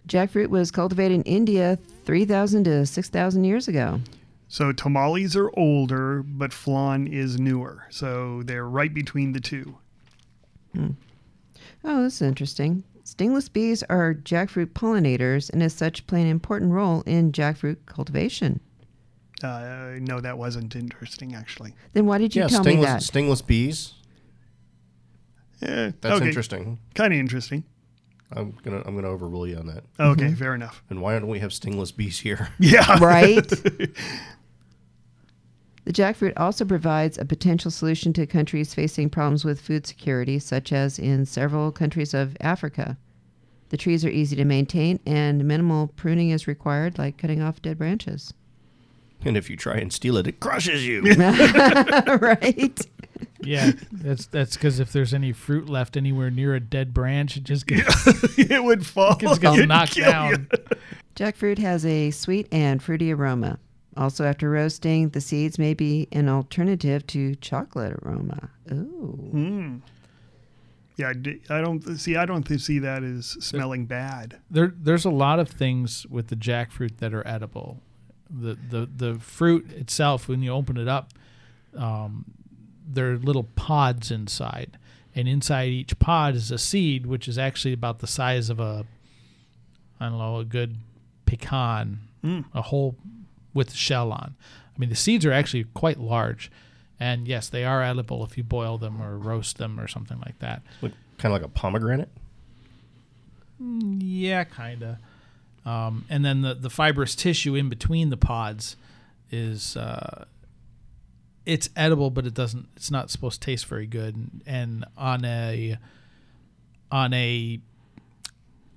[SPEAKER 3] Jackfruit was cultivated in India 3,000 to 6,000 years ago.
[SPEAKER 1] so tamales are older, but flan is newer. So they're right between the two.
[SPEAKER 3] Oh, this is interesting. Stingless bees are jackfruit pollinators and, as such, play an important role in jackfruit cultivation.
[SPEAKER 1] Uh, no, that wasn't interesting actually.
[SPEAKER 3] Then why did you
[SPEAKER 2] yeah,
[SPEAKER 3] tell
[SPEAKER 2] stingless,
[SPEAKER 3] me that?
[SPEAKER 2] stingless bees.
[SPEAKER 1] Yeah,
[SPEAKER 2] That's
[SPEAKER 1] Eh, okay.
[SPEAKER 2] interesting.
[SPEAKER 1] Kind of interesting.
[SPEAKER 2] I'm gonna I'm gonna overrule you on that.
[SPEAKER 1] Okay, fair enough.
[SPEAKER 2] And why don't we have stingless bees here?
[SPEAKER 1] Yeah.
[SPEAKER 3] Right? The jackfruit also provides a potential solution to countries facing problems with food security, such as in several countries of Africa. The trees are easy to maintain and minimal pruning is required, like cutting off dead branches.
[SPEAKER 2] and if you try and steal it, it crushes you.
[SPEAKER 3] right?
[SPEAKER 4] Yeah, that's that's because if there's any fruit left anywhere near a dead branch, it just gets,
[SPEAKER 1] it would fall.
[SPEAKER 4] gets, gets
[SPEAKER 1] It'd
[SPEAKER 4] knocked
[SPEAKER 1] kill you.
[SPEAKER 4] down.
[SPEAKER 3] Jackfruit has a sweet and fruity aroma. Also, after roasting, the seeds may be an alternative to chocolate aroma. Ooh.
[SPEAKER 1] Yeah, I d- I don't see. I don't see that as smelling bad.
[SPEAKER 4] There, there's a lot of things with the jackfruit that are edible. The the the fruit itself, when you open it up, um, there are little pods inside, and inside each pod is a seed, which is actually about the size of a, I don't know, a good pecan, a whole with the shell on. I mean, the seeds are actually quite large, and yes, they are edible if you boil them or roast them or something like that.
[SPEAKER 2] Like, kind of like a pomegranate.
[SPEAKER 4] Mm, Yeah, kinda. Um, and then the the fibrous tissue in between the pods is uh, it's edible, but it doesn't. It's not supposed to taste very good. And, and on a on a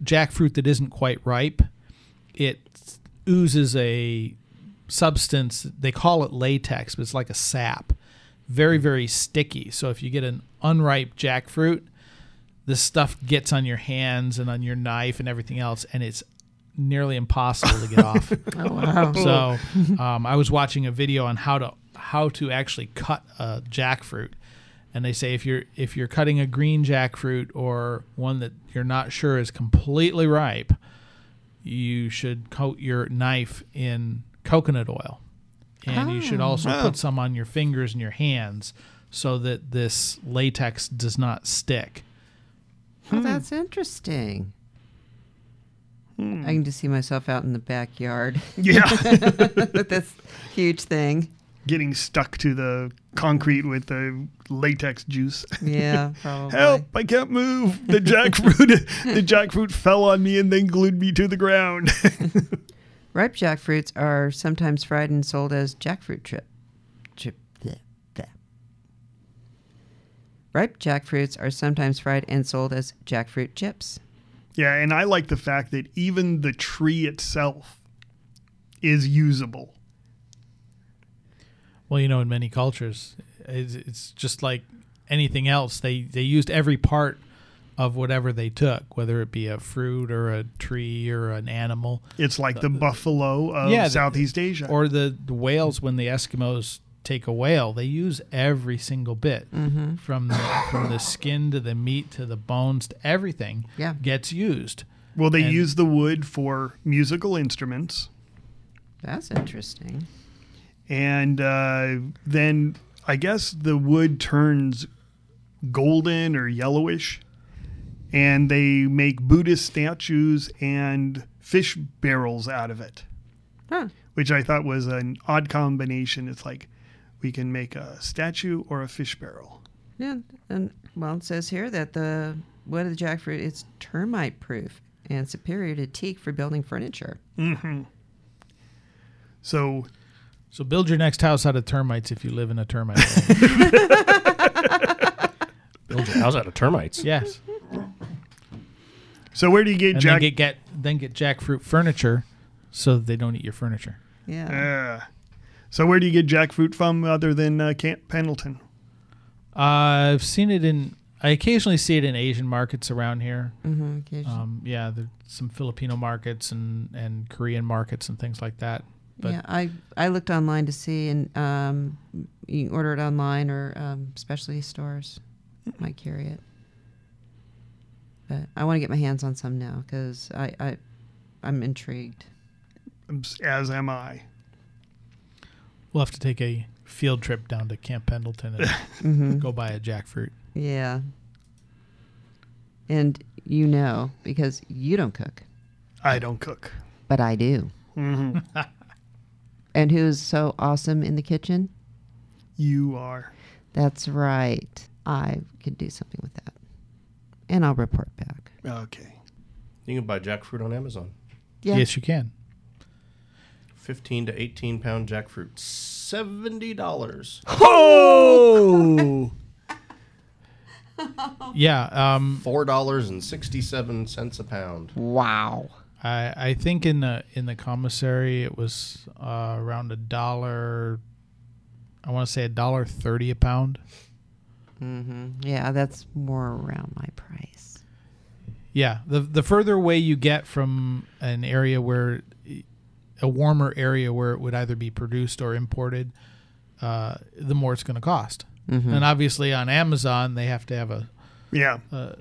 [SPEAKER 4] jackfruit that isn't quite ripe, it oozes a substance. They call it latex, but it's like a sap. Very very sticky. So if you get an unripe jackfruit, this stuff gets on your hands and on your knife and everything else, and it's nearly impossible to get off.
[SPEAKER 3] Oh, wow.
[SPEAKER 4] So um, I was watching a video on how to how to actually cut a jackfruit, and they say if you're if you're cutting a green jackfruit or one that you're not sure is completely ripe, you should coat your knife in coconut oil, and you should
[SPEAKER 12] Oh.
[SPEAKER 4] also
[SPEAKER 12] Oh.
[SPEAKER 4] put some on your fingers and your hands so that this latex does not stick.
[SPEAKER 3] Oh,
[SPEAKER 1] Hmm.
[SPEAKER 3] that's interesting. I can just see myself out in the backyard.
[SPEAKER 1] Hmm. Yeah.
[SPEAKER 3] with this huge thing.
[SPEAKER 1] Getting stuck to the concrete with the latex juice.
[SPEAKER 4] Oh,
[SPEAKER 3] Yeah, probably.
[SPEAKER 1] Help! I can't move. The jackfruit. the jackfruit fell on me and then glued me to the ground.
[SPEAKER 3] Ripe jackfruits are sometimes fried and sold as jackfruit chip. chip bleh, bleh. Ripe jackfruits are sometimes fried and sold as jackfruit chips.
[SPEAKER 1] yeah, and I like the fact that even the tree itself is usable.
[SPEAKER 4] Well, you know, in many cultures, it's, it's just like anything else. They they used every part of whatever they took, whether it be a fruit or a tree or an animal.
[SPEAKER 1] It's like the buffalo of
[SPEAKER 4] the-
[SPEAKER 1] Southeast Asia.
[SPEAKER 4] or the, the whales when the Eskimos take a whale, they use every single bit
[SPEAKER 3] Mhm.
[SPEAKER 4] from the, from the skin to the meat to the bones to everything.
[SPEAKER 3] Yeah.
[SPEAKER 4] gets used.
[SPEAKER 1] Well, they
[SPEAKER 4] And-
[SPEAKER 1] use the wood for musical instruments,
[SPEAKER 3] That's interesting.
[SPEAKER 1] and uh, then I guess the wood turns golden or yellowish, and they make Buddhist statues and fish barrels out of it,
[SPEAKER 3] Huh.
[SPEAKER 1] which I thought was an odd combination. It's like we can make a statue or a fish barrel.
[SPEAKER 3] Yeah, and well, it says here that the wood of the jackfruit is termite proof and superior to teak for building furniture.
[SPEAKER 1] Mm-hmm. So
[SPEAKER 4] So build your next house out of termites if you live in a termite. hole.
[SPEAKER 2] Build your house out of termites.
[SPEAKER 4] yes.
[SPEAKER 1] So where do you get
[SPEAKER 4] and
[SPEAKER 1] jack?
[SPEAKER 4] Then get, get then get jackfruit furniture, so that they don't eat your furniture.
[SPEAKER 3] Yeah.
[SPEAKER 1] Yeah. uh, So where do you get jackfruit from other than uh, Camp Pendleton?
[SPEAKER 4] Uh, I've seen it in. I occasionally see it in Asian markets around here.
[SPEAKER 3] hmm occasionally.
[SPEAKER 4] Um, yeah, there's some Filipino markets and and Korean markets and things like that. But
[SPEAKER 3] yeah, I, I looked online to see, and um, you can order it online or um, specialty stores might carry it. But I want to get my hands on some now because I, I, I'm intrigued.
[SPEAKER 1] As am I.
[SPEAKER 4] we'll have to take a field trip down to Camp Pendleton and go buy a jackfruit.
[SPEAKER 3] Yeah. And you know because you don't cook,
[SPEAKER 1] I don't cook.
[SPEAKER 3] but I do.
[SPEAKER 1] hmm
[SPEAKER 3] And who's so awesome in the kitchen?
[SPEAKER 1] you are.
[SPEAKER 3] That's right. I could do something with that. And I'll report back.
[SPEAKER 1] Okay.
[SPEAKER 2] You can buy jackfruit on Amazon.
[SPEAKER 3] Yeah.
[SPEAKER 4] Yes, you can.
[SPEAKER 2] 15 to 18 pound jackfruit. $70.
[SPEAKER 1] Oh!
[SPEAKER 4] Yeah. Um,
[SPEAKER 2] $4.67 a pound.
[SPEAKER 3] Wow.
[SPEAKER 4] I I think in the in the commissary it was uh, around a dollar. I want to say a dollar thirty a pound.
[SPEAKER 3] hmm Yeah, that's more around my price.
[SPEAKER 4] Yeah, the the further away you get from an area where a warmer area where it would either be produced or imported, uh, the more it's going to cost.
[SPEAKER 3] Mhm.
[SPEAKER 1] Mm-hmm.
[SPEAKER 4] And obviously on Amazon they have to have a
[SPEAKER 1] Yeah.
[SPEAKER 4] Uh,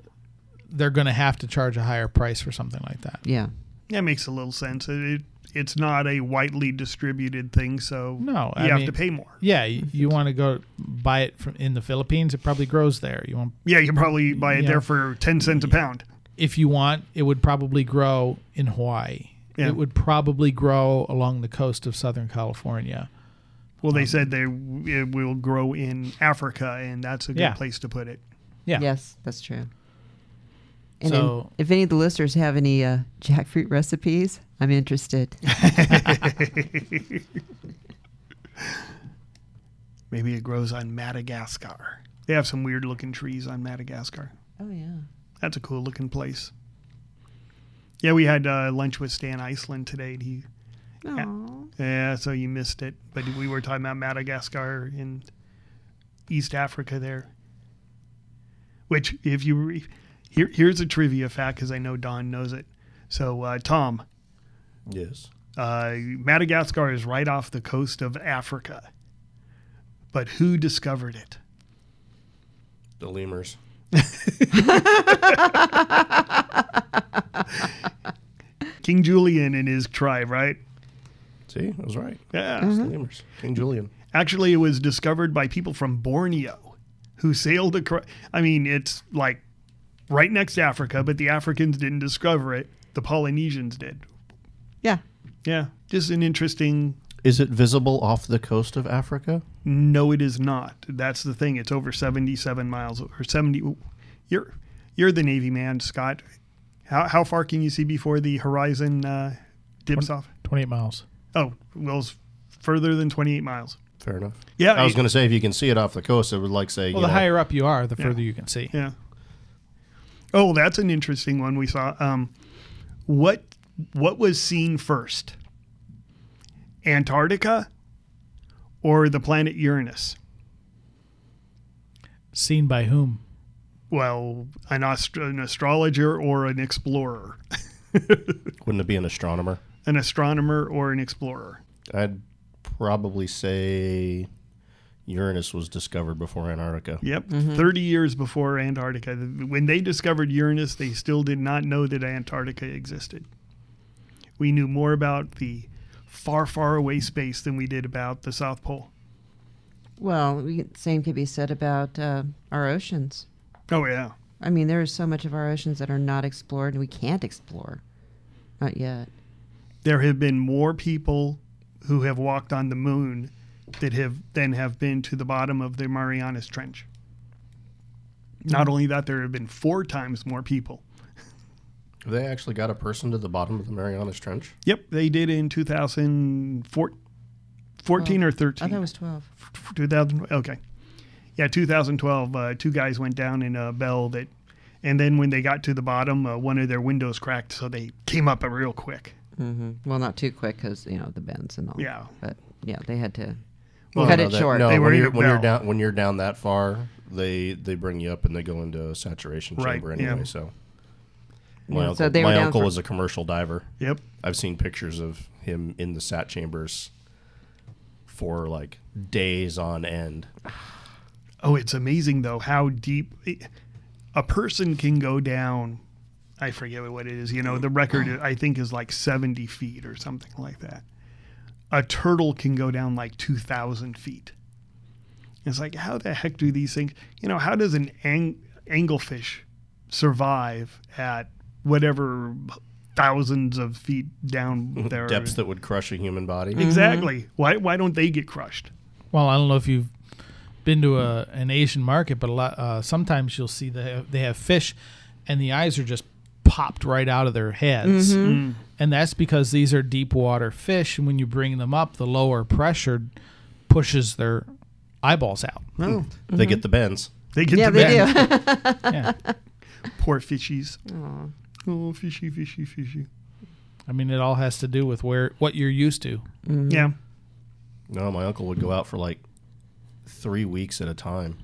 [SPEAKER 4] they're going to have to charge a higher price for something like that.
[SPEAKER 3] Yeah.
[SPEAKER 1] That makes a little sense. It, it- it's not a widely distributed thing, so
[SPEAKER 4] No,
[SPEAKER 1] you
[SPEAKER 4] I
[SPEAKER 1] have
[SPEAKER 4] mean,
[SPEAKER 1] to pay more.
[SPEAKER 4] Yeah, you, you want to go buy it from in the Philippines. It probably grows there. You want
[SPEAKER 1] Yeah, you probably buy it
[SPEAKER 4] Yeah.
[SPEAKER 1] there for ten cents a pound.
[SPEAKER 4] if you want, it would probably grow in Hawaii.
[SPEAKER 1] Yeah.
[SPEAKER 4] It would probably grow along the coast of Southern California.
[SPEAKER 1] Well,
[SPEAKER 4] Uh,
[SPEAKER 1] they said they w- it will grow in Africa, and that's a good
[SPEAKER 4] Yeah.
[SPEAKER 1] place to put it.
[SPEAKER 4] Yeah.
[SPEAKER 3] Yes, that's true. And
[SPEAKER 4] So-
[SPEAKER 3] in- if any of the listeners have any uh, jackfruit recipes, I'm interested.
[SPEAKER 1] Maybe it grows on Madagascar. They have some weird looking trees on Madagascar.
[SPEAKER 3] oh yeah.
[SPEAKER 1] That's a cool looking place. Yeah, we had uh, lunch with Stan Iceland today. And he,
[SPEAKER 3] Aw.
[SPEAKER 1] yeah, so you missed it. But we were talking about Madagascar in East Africa there. Which, if you re- here, here's a trivia fact because I know Don knows it. So, uh, Tom,
[SPEAKER 2] Yes.
[SPEAKER 1] uh, Madagascar is right off the coast of Africa. But who discovered it?
[SPEAKER 2] The lemurs.
[SPEAKER 1] King Julian and his tribe, right?
[SPEAKER 2] See, I was right.
[SPEAKER 1] Yeah.
[SPEAKER 2] It's
[SPEAKER 4] Mm-hmm.
[SPEAKER 2] the lemurs. King Julian.
[SPEAKER 1] Actually, it was discovered by people from Borneo who sailed across. I mean, it's like right next to Africa, but the Africans didn't discover it. The Polynesians did.
[SPEAKER 3] Yeah.
[SPEAKER 1] Yeah. Just an interesting.
[SPEAKER 2] Is it visible off the coast of Africa?
[SPEAKER 1] No, it is not. That's the thing. It's over 77 miles or 70. You're you're the Navy man, Scott. How, how far can you see before the horizon uh, dips off?
[SPEAKER 4] 28 miles.
[SPEAKER 1] Oh, well, it's further than 28 miles.
[SPEAKER 2] Fair enough.
[SPEAKER 1] Yeah,
[SPEAKER 2] I was
[SPEAKER 1] it-
[SPEAKER 2] going to say if you can see it off the coast, it would like say.
[SPEAKER 4] Well,
[SPEAKER 2] you
[SPEAKER 4] the
[SPEAKER 2] know,
[SPEAKER 4] higher up you are, the further you can see.
[SPEAKER 1] Yeah. Oh, that's an interesting one we saw. Um, what what was seen first, Antarctica or the planet Uranus?
[SPEAKER 4] Seen by whom?
[SPEAKER 1] Well, an, ast- an astrologer or an explorer,
[SPEAKER 2] Wouldn't it be an astronomer?
[SPEAKER 1] an astronomer or an explorer?
[SPEAKER 2] I'd probably say Uranus was discovered before Antarctica.
[SPEAKER 1] Yep, thirty years before Antarctica. When they discovered Uranus, they still did not know that Antarctica existed. We knew more about the far, far away space than we did about the South Pole.
[SPEAKER 3] Well, we, same could be said about uh, our oceans.
[SPEAKER 1] Oh yeah.
[SPEAKER 3] I mean, there is so much of our oceans that are not explored and we can't explore. Not yet.
[SPEAKER 1] there have been more people who have walked on the moon that have than have been to the bottom of the Marianas Trench. Not only that, there have been four times more people.
[SPEAKER 2] Have they actually got a person to the bottom of the Marianas Trench?
[SPEAKER 1] Yep, they did in 2014 14 or 13.
[SPEAKER 3] Oh, I thought it was 12.
[SPEAKER 1] 2000 okay yeah 2012 uh, two guys went down in a bell that and then when they got to the bottom uh, one of their windows cracked so they came up uh, real quick
[SPEAKER 3] hmm Well, not too quick because, you know, the bends and all.
[SPEAKER 1] Yeah.
[SPEAKER 3] But yeah, they had to
[SPEAKER 2] Well,
[SPEAKER 3] cut
[SPEAKER 2] no,
[SPEAKER 3] it
[SPEAKER 2] that-
[SPEAKER 3] short.
[SPEAKER 2] No,
[SPEAKER 1] They were
[SPEAKER 2] when,
[SPEAKER 1] in
[SPEAKER 2] you're,
[SPEAKER 1] a
[SPEAKER 2] when you're
[SPEAKER 1] bell.
[SPEAKER 2] down when you're down that far, they they bring you up and they go into a saturation
[SPEAKER 1] Right,
[SPEAKER 2] chamber
[SPEAKER 1] yeah.
[SPEAKER 2] anyway. So my
[SPEAKER 3] Yeah, so
[SPEAKER 2] uncle,
[SPEAKER 3] they were
[SPEAKER 2] my
[SPEAKER 3] down
[SPEAKER 2] uncle
[SPEAKER 3] for-
[SPEAKER 2] was a commercial diver.
[SPEAKER 1] yep
[SPEAKER 2] I've seen pictures of him in the sat chambers for like days on end.
[SPEAKER 1] Oh, it's amazing though how deep a person can go down. I forget what it is. You know, the record I think is like 70 feet or something like that. A turtle can go down like 2,000 feet. It's like, how the heck do these things, you know, how does an ang- anglefish survive at whatever thousands of feet down there?
[SPEAKER 2] Depths that would crush a human body.
[SPEAKER 3] Mm-hmm.
[SPEAKER 1] Exactly. Why, why don't they get crushed?
[SPEAKER 4] Well, I don't know if you've been to a, an Asian market, but a lot uh, sometimes you'll see they have, they have fish, and the eyes are just popped right out of their heads,
[SPEAKER 1] Mm.
[SPEAKER 4] and that's because these are deep water fish, and when you bring them up, the lower pressure pushes their eyeballs out.
[SPEAKER 1] No.
[SPEAKER 2] They
[SPEAKER 3] Mm-hmm.
[SPEAKER 2] get the bends.
[SPEAKER 1] They get
[SPEAKER 3] yeah,
[SPEAKER 1] the
[SPEAKER 3] they
[SPEAKER 1] bend.
[SPEAKER 3] do.
[SPEAKER 4] yeah,
[SPEAKER 1] Poor fishies. Oh, fishy, fishy, fishy.
[SPEAKER 4] I mean it all has to do with where what you're used to.
[SPEAKER 3] Mm-hmm.
[SPEAKER 1] Yeah.
[SPEAKER 2] No, my uncle would go out for like three weeks at a time,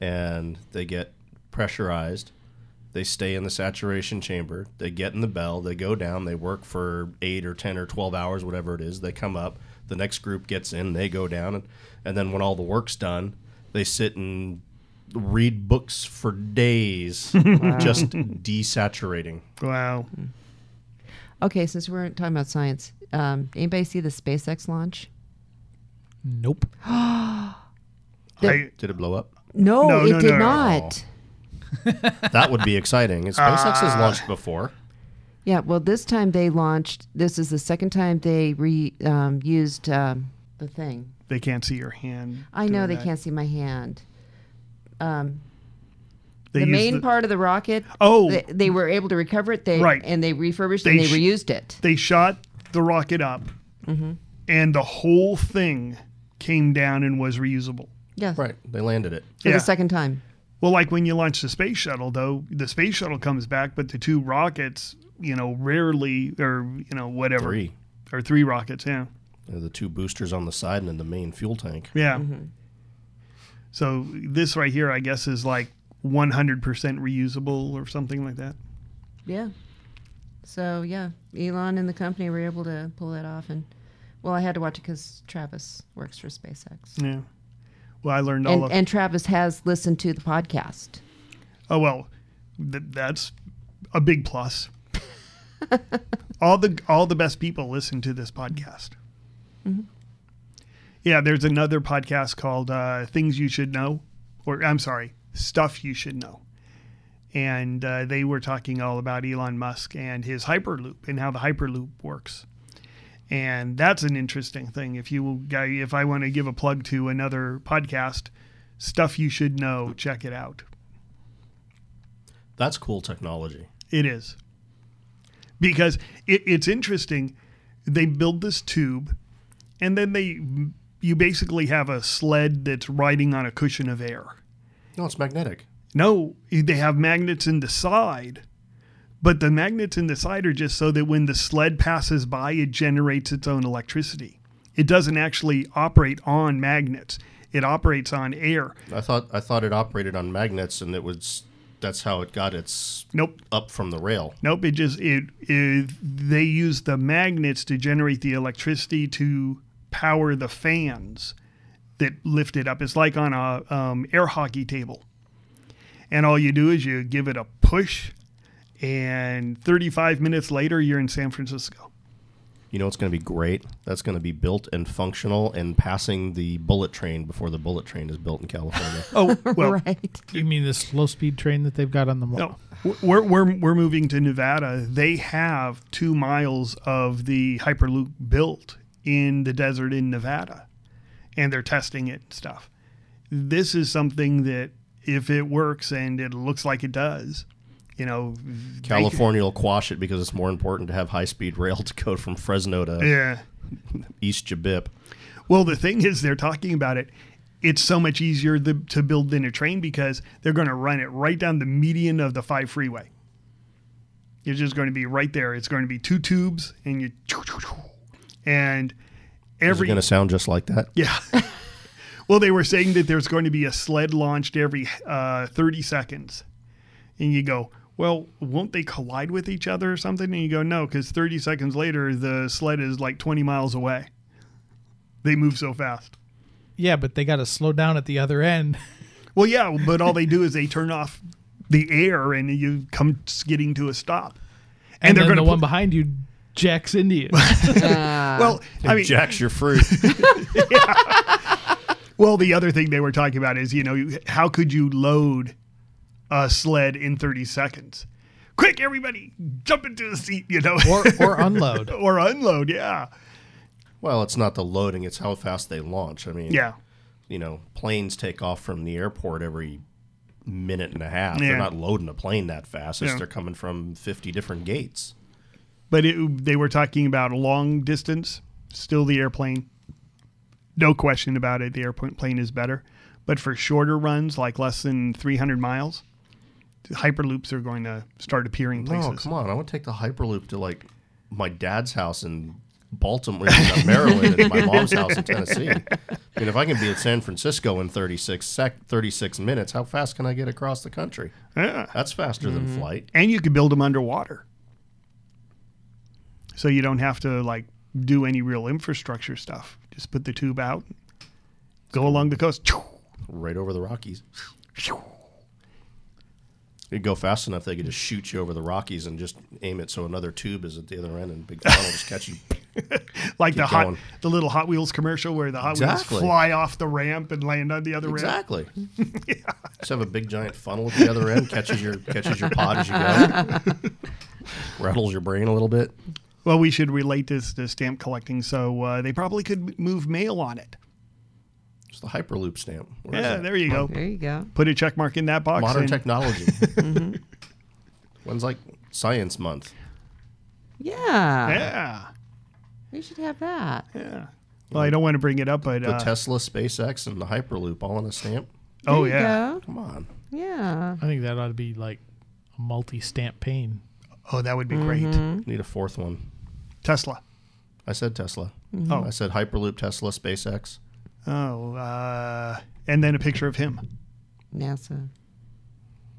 [SPEAKER 2] and they get pressurized. They stay in the saturation chamber. They get in the bell. They go down. They work for eight or ten or twelve hours, whatever it is. They come up. The next group gets in. They go down, and, and then when all the work's done, they sit and read books for days,
[SPEAKER 1] Wow.
[SPEAKER 2] just desaturating.
[SPEAKER 1] Wow.
[SPEAKER 3] Mm-hmm. Okay, since we're talking about science, um, anybody see the SpaceX launch?
[SPEAKER 4] Nope.
[SPEAKER 3] The-
[SPEAKER 2] Did it blow up?
[SPEAKER 3] no,
[SPEAKER 1] No,
[SPEAKER 3] it
[SPEAKER 1] no,
[SPEAKER 3] did
[SPEAKER 1] no, no.
[SPEAKER 3] not.
[SPEAKER 2] That would be exciting. SpaceX has
[SPEAKER 1] Ah.
[SPEAKER 2] launched before.
[SPEAKER 3] Yeah, well, this time they launched. This is the second time they re um, used um, the thing.
[SPEAKER 1] They can't see your hand.
[SPEAKER 3] I know
[SPEAKER 1] doing
[SPEAKER 3] they
[SPEAKER 1] that.
[SPEAKER 3] can't see my hand. Um,
[SPEAKER 1] They
[SPEAKER 3] the
[SPEAKER 1] use
[SPEAKER 3] main part of the rocket.
[SPEAKER 1] Oh.
[SPEAKER 3] they, they were able to recover it. They
[SPEAKER 1] Right.
[SPEAKER 3] and they refurbished and they
[SPEAKER 1] sh-
[SPEAKER 3] reused it.
[SPEAKER 1] They shot the rocket up,
[SPEAKER 3] Mm-hmm.
[SPEAKER 1] and the whole thing came down and was reusable.
[SPEAKER 3] Yes,
[SPEAKER 2] Right. They landed it.
[SPEAKER 3] for
[SPEAKER 1] Yeah.
[SPEAKER 3] the second time.
[SPEAKER 1] Well, like when you launch the space shuttle, though, the space shuttle comes back, but the two rockets, you know, rarely or you know whatever,
[SPEAKER 2] Three.
[SPEAKER 1] or three rockets, yeah,
[SPEAKER 2] They're The two boosters on the side and then the main fuel tank.
[SPEAKER 1] yeah. So this right here, I guess, is like 100% reusable or something like that.
[SPEAKER 3] Yeah. So yeah, Elon and the company were able to pull that off, and well, I had to watch it because Travis works for SpaceX,
[SPEAKER 1] Yeah. Well, I learned all
[SPEAKER 3] and,
[SPEAKER 1] of.
[SPEAKER 3] and Travis has listened to the podcast.
[SPEAKER 1] oh well, th- that's a big plus. all the all the best people listen to this podcast. Yeah, there's another podcast called uh, "Things You Should Know," or I'm sorry, "Stuff You Should Know," and uh, they were talking all about Elon Musk and his Hyperloop and how the Hyperloop works. And that's an interesting thing. If you if I want to give a plug to another podcast, "Stuff You Should Know," check it out.
[SPEAKER 2] That's cool technology.
[SPEAKER 1] It is. Because it, it's interesting. They build this tube, and then they you basically have a sled that's riding on a cushion of air.
[SPEAKER 2] No, it's magnetic.
[SPEAKER 1] No, they have magnets in the side, but the magnets in the side are just so that when the sled passes by, it generates its own electricity. It doesn't actually operate on magnets. It operates on air.
[SPEAKER 2] I thought I thought it operated on magnets and it was that's how it got its
[SPEAKER 1] Nope.
[SPEAKER 2] up from the rail.
[SPEAKER 1] Nope, it just it, it they use the magnets to generate the electricity to power the fans that lift it up. It's like on a um, air hockey table, and all you do is you give it a push, and 35 minutes later you're in San Francisco.
[SPEAKER 2] You know it's going to be great. That's going to be built and functional and passing the bullet train before the bullet train is built in California.
[SPEAKER 1] Oh well,
[SPEAKER 3] right.
[SPEAKER 4] You mean this low speed train that they've got on the wall?
[SPEAKER 1] no, w- we're we're we're moving to Nevada. They have two miles of the Hyperloop built in the desert in Nevada. and they're testing it and stuff. This is something that if it works and it looks like it does, you know, they
[SPEAKER 2] California will quash it because it's more important to have high speed rail to go from Fresno to
[SPEAKER 1] could- yeah.
[SPEAKER 2] East Jabip.
[SPEAKER 1] Well, the thing is, they're talking about it. It's so much easier the, to build than a train because they're going to run it right down the median of the five freeway. You're just going to be right there. It's going to be two tubes, and you and
[SPEAKER 2] Is it
[SPEAKER 1] every
[SPEAKER 2] going to sound just like that?
[SPEAKER 1] Yeah. well, they were saying that there's going to be a sled launched every uh, 30 seconds. And you go, well, won't they collide with each other or something? And you go, no, because 30 seconds later, the sled is like 20 miles away. They move so fast.
[SPEAKER 4] Yeah, but they got to slow down at the other end.
[SPEAKER 1] Well, yeah, but all they do is they turn off the air and you come skidding to a stop.
[SPEAKER 4] And,
[SPEAKER 1] they're
[SPEAKER 4] then
[SPEAKER 1] gonna
[SPEAKER 4] the one
[SPEAKER 1] put-
[SPEAKER 4] behind you jacks into you.
[SPEAKER 1] Well, I mean,
[SPEAKER 2] Jack's your fruit.
[SPEAKER 1] Well, the other thing they were talking about is, you know, you- how could you load a sled in 30 seconds? Quick, everybody, jump into the seat, you know,
[SPEAKER 4] or, or unload.
[SPEAKER 1] or unload. Yeah.
[SPEAKER 2] well, it's not the loading; it's how fast they launch. I mean,
[SPEAKER 1] Yeah.
[SPEAKER 2] you know, planes take off from the airport every minute and a half.
[SPEAKER 1] Yeah.
[SPEAKER 2] They're not loading a plane that fast. It's
[SPEAKER 1] Yeah.
[SPEAKER 2] they're coming from 50 different gates.
[SPEAKER 1] But it, they were talking about long distance, still the airplane. No question about it. The airplane is better. But for shorter runs, like less than 300 miles, Hyperloops are going to start appearing places.
[SPEAKER 2] No, Oh, come on. I would take the Hyperloop to like my dad's house in Baltimore, in Maryland, and my mom's house in Tennessee. I mean, if I can be at San Francisco in 36 sec- 36 minutes, how fast can I get across the country?
[SPEAKER 1] Yeah.
[SPEAKER 2] That's faster than flight.
[SPEAKER 1] and you could build them underwater so you don't have to like do any real infrastructure stuff just put the tube out go along the coast
[SPEAKER 2] Right over the Rockies. It'd go fast enough they could just shoot you over the Rockies and just aim it so another tube is at the other end and Big Final just catch you.
[SPEAKER 1] like
[SPEAKER 2] Keep
[SPEAKER 1] the hot,
[SPEAKER 2] going.
[SPEAKER 1] the little Hot Wheels commercial where the Hot
[SPEAKER 2] Exactly.
[SPEAKER 1] Wheels fly off the ramp and land on the other
[SPEAKER 2] Exactly.
[SPEAKER 1] ramp.
[SPEAKER 2] Just have a big giant funnel at the other end, catches your catches your pod as you go. Rattles your brain a little bit.
[SPEAKER 1] Well, we should relate this to stamp collecting, so uh, they probably could move mail on it.
[SPEAKER 2] It's the Hyperloop stamp. Where is
[SPEAKER 1] yeah,
[SPEAKER 2] it?
[SPEAKER 1] there you go.
[SPEAKER 3] There you go.
[SPEAKER 1] Put a check mark in Mm-hmm. that box.
[SPEAKER 2] Modern
[SPEAKER 1] and-
[SPEAKER 2] technology. When's like Science Month?
[SPEAKER 3] Yeah.
[SPEAKER 1] Yeah.
[SPEAKER 3] We should have that.
[SPEAKER 1] Yeah. Well, I don't want to bring it up, but
[SPEAKER 2] The
[SPEAKER 1] uh,
[SPEAKER 2] Tesla, SpaceX, and the Hyperloop all on a stamp.
[SPEAKER 1] oh
[SPEAKER 3] There you
[SPEAKER 1] yeah.
[SPEAKER 3] go.
[SPEAKER 2] Come on.
[SPEAKER 3] Yeah.
[SPEAKER 4] I think that ought to be like a multi stampane.
[SPEAKER 1] Oh, that would be
[SPEAKER 3] Mm-hmm.
[SPEAKER 1] great.
[SPEAKER 2] Need a fourth one.
[SPEAKER 1] Tesla.
[SPEAKER 2] I said Tesla.
[SPEAKER 1] Oh.
[SPEAKER 2] I said Hyperloop, Tesla, SpaceX.
[SPEAKER 1] Oh, uh, and then a picture of him.
[SPEAKER 3] NASA.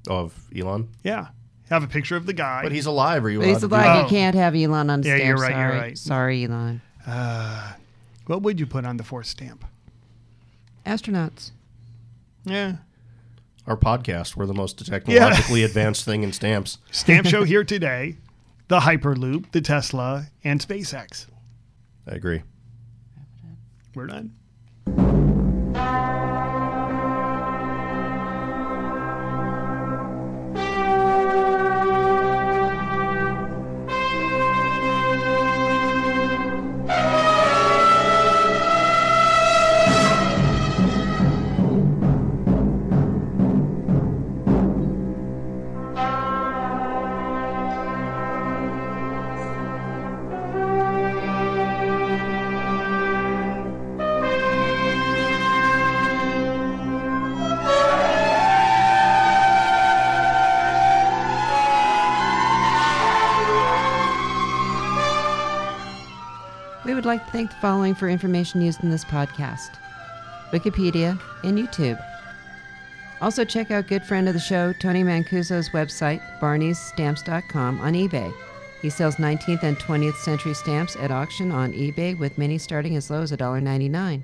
[SPEAKER 2] Of Elon.
[SPEAKER 1] Yeah. Have a picture of the guy.
[SPEAKER 2] But he's alive. Are you
[SPEAKER 3] But he's
[SPEAKER 2] allowed to do
[SPEAKER 3] alive. You
[SPEAKER 1] Oh.
[SPEAKER 3] can't have Elon on the
[SPEAKER 1] Yeah,
[SPEAKER 3] stamp.
[SPEAKER 1] you're right,
[SPEAKER 3] Sorry.
[SPEAKER 1] you're right.
[SPEAKER 3] Sorry, Elon.
[SPEAKER 1] what would you put on the fourth stamp?
[SPEAKER 3] Astronauts.
[SPEAKER 1] Yeah.
[SPEAKER 2] Our podcast, we're the most technologically advanced thing in stamps.
[SPEAKER 1] Stamp show here today. The Hyperloop, the Tesla, and SpaceX.
[SPEAKER 2] I agree.
[SPEAKER 1] We're done.
[SPEAKER 3] We would like to thank the following for information used in this podcast Wikipedia and YouTube. Also, check out good friend of the show, Tony Mancuso's website, barneystamps.com, on eBay. He sells 19th and 20th century stamps at auction on eBay, with many starting as low as $1.99.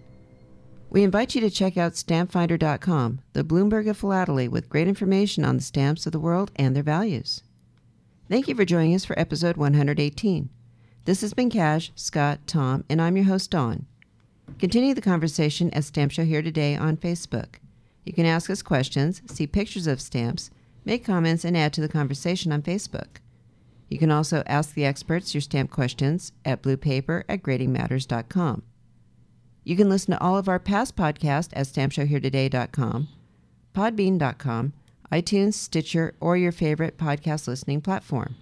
[SPEAKER 3] We invite you to check out stampfinder.com, the Bloomberg of philately, with great information on the stamps of the world and their values. Thank you for joining us for episode 118. This has been Cash, Scott, Tom, and I'm your host, Dawn. Continue the conversation at Stamp Show Here Today on Facebook. You can ask us questions, see pictures of stamps, make comments, and add to the conversation on Facebook. You can also ask the experts your stamp questions at bluepaper at gradingmatters.com. You can listen to all of our past podcasts at stampshowheretoday.com, podbean.com, iTunes, Stitcher, or your favorite podcast listening platform.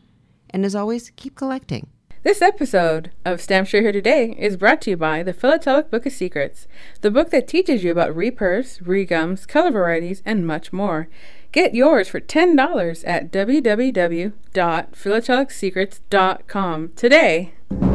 [SPEAKER 3] And as always, keep collecting.
[SPEAKER 12] This episode of Stampshire Here Today is brought to you by the Philatelic Book of Secrets, the book that teaches you about repurfs, regums, color varieties, and much more. Get yours for $10 at www.philatelicsecrets.com today.